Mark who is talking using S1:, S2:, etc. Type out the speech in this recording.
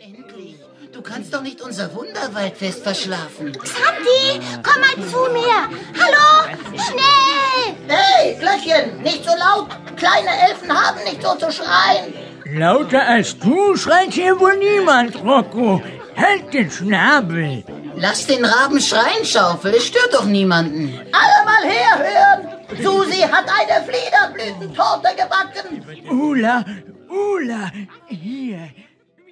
S1: endlich. Du kannst doch nicht unser Wunderwaldfest verschlafen.
S2: Xanti, komm mal zu mir. Hallo, schnell.
S1: Hey, Glöckchen, nicht so laut. Kleine Elfen haben nicht so zu schreien.
S3: Lauter als du schreit hier wohl niemand, Rocco. Halt den Schnabel.
S1: Lass den Raben schreien, Schaufel. Es stört doch niemanden.
S4: Alle mal herhören! Susi hat eine Fliederblütentorte gebacken.
S3: Ula, Ula, hier,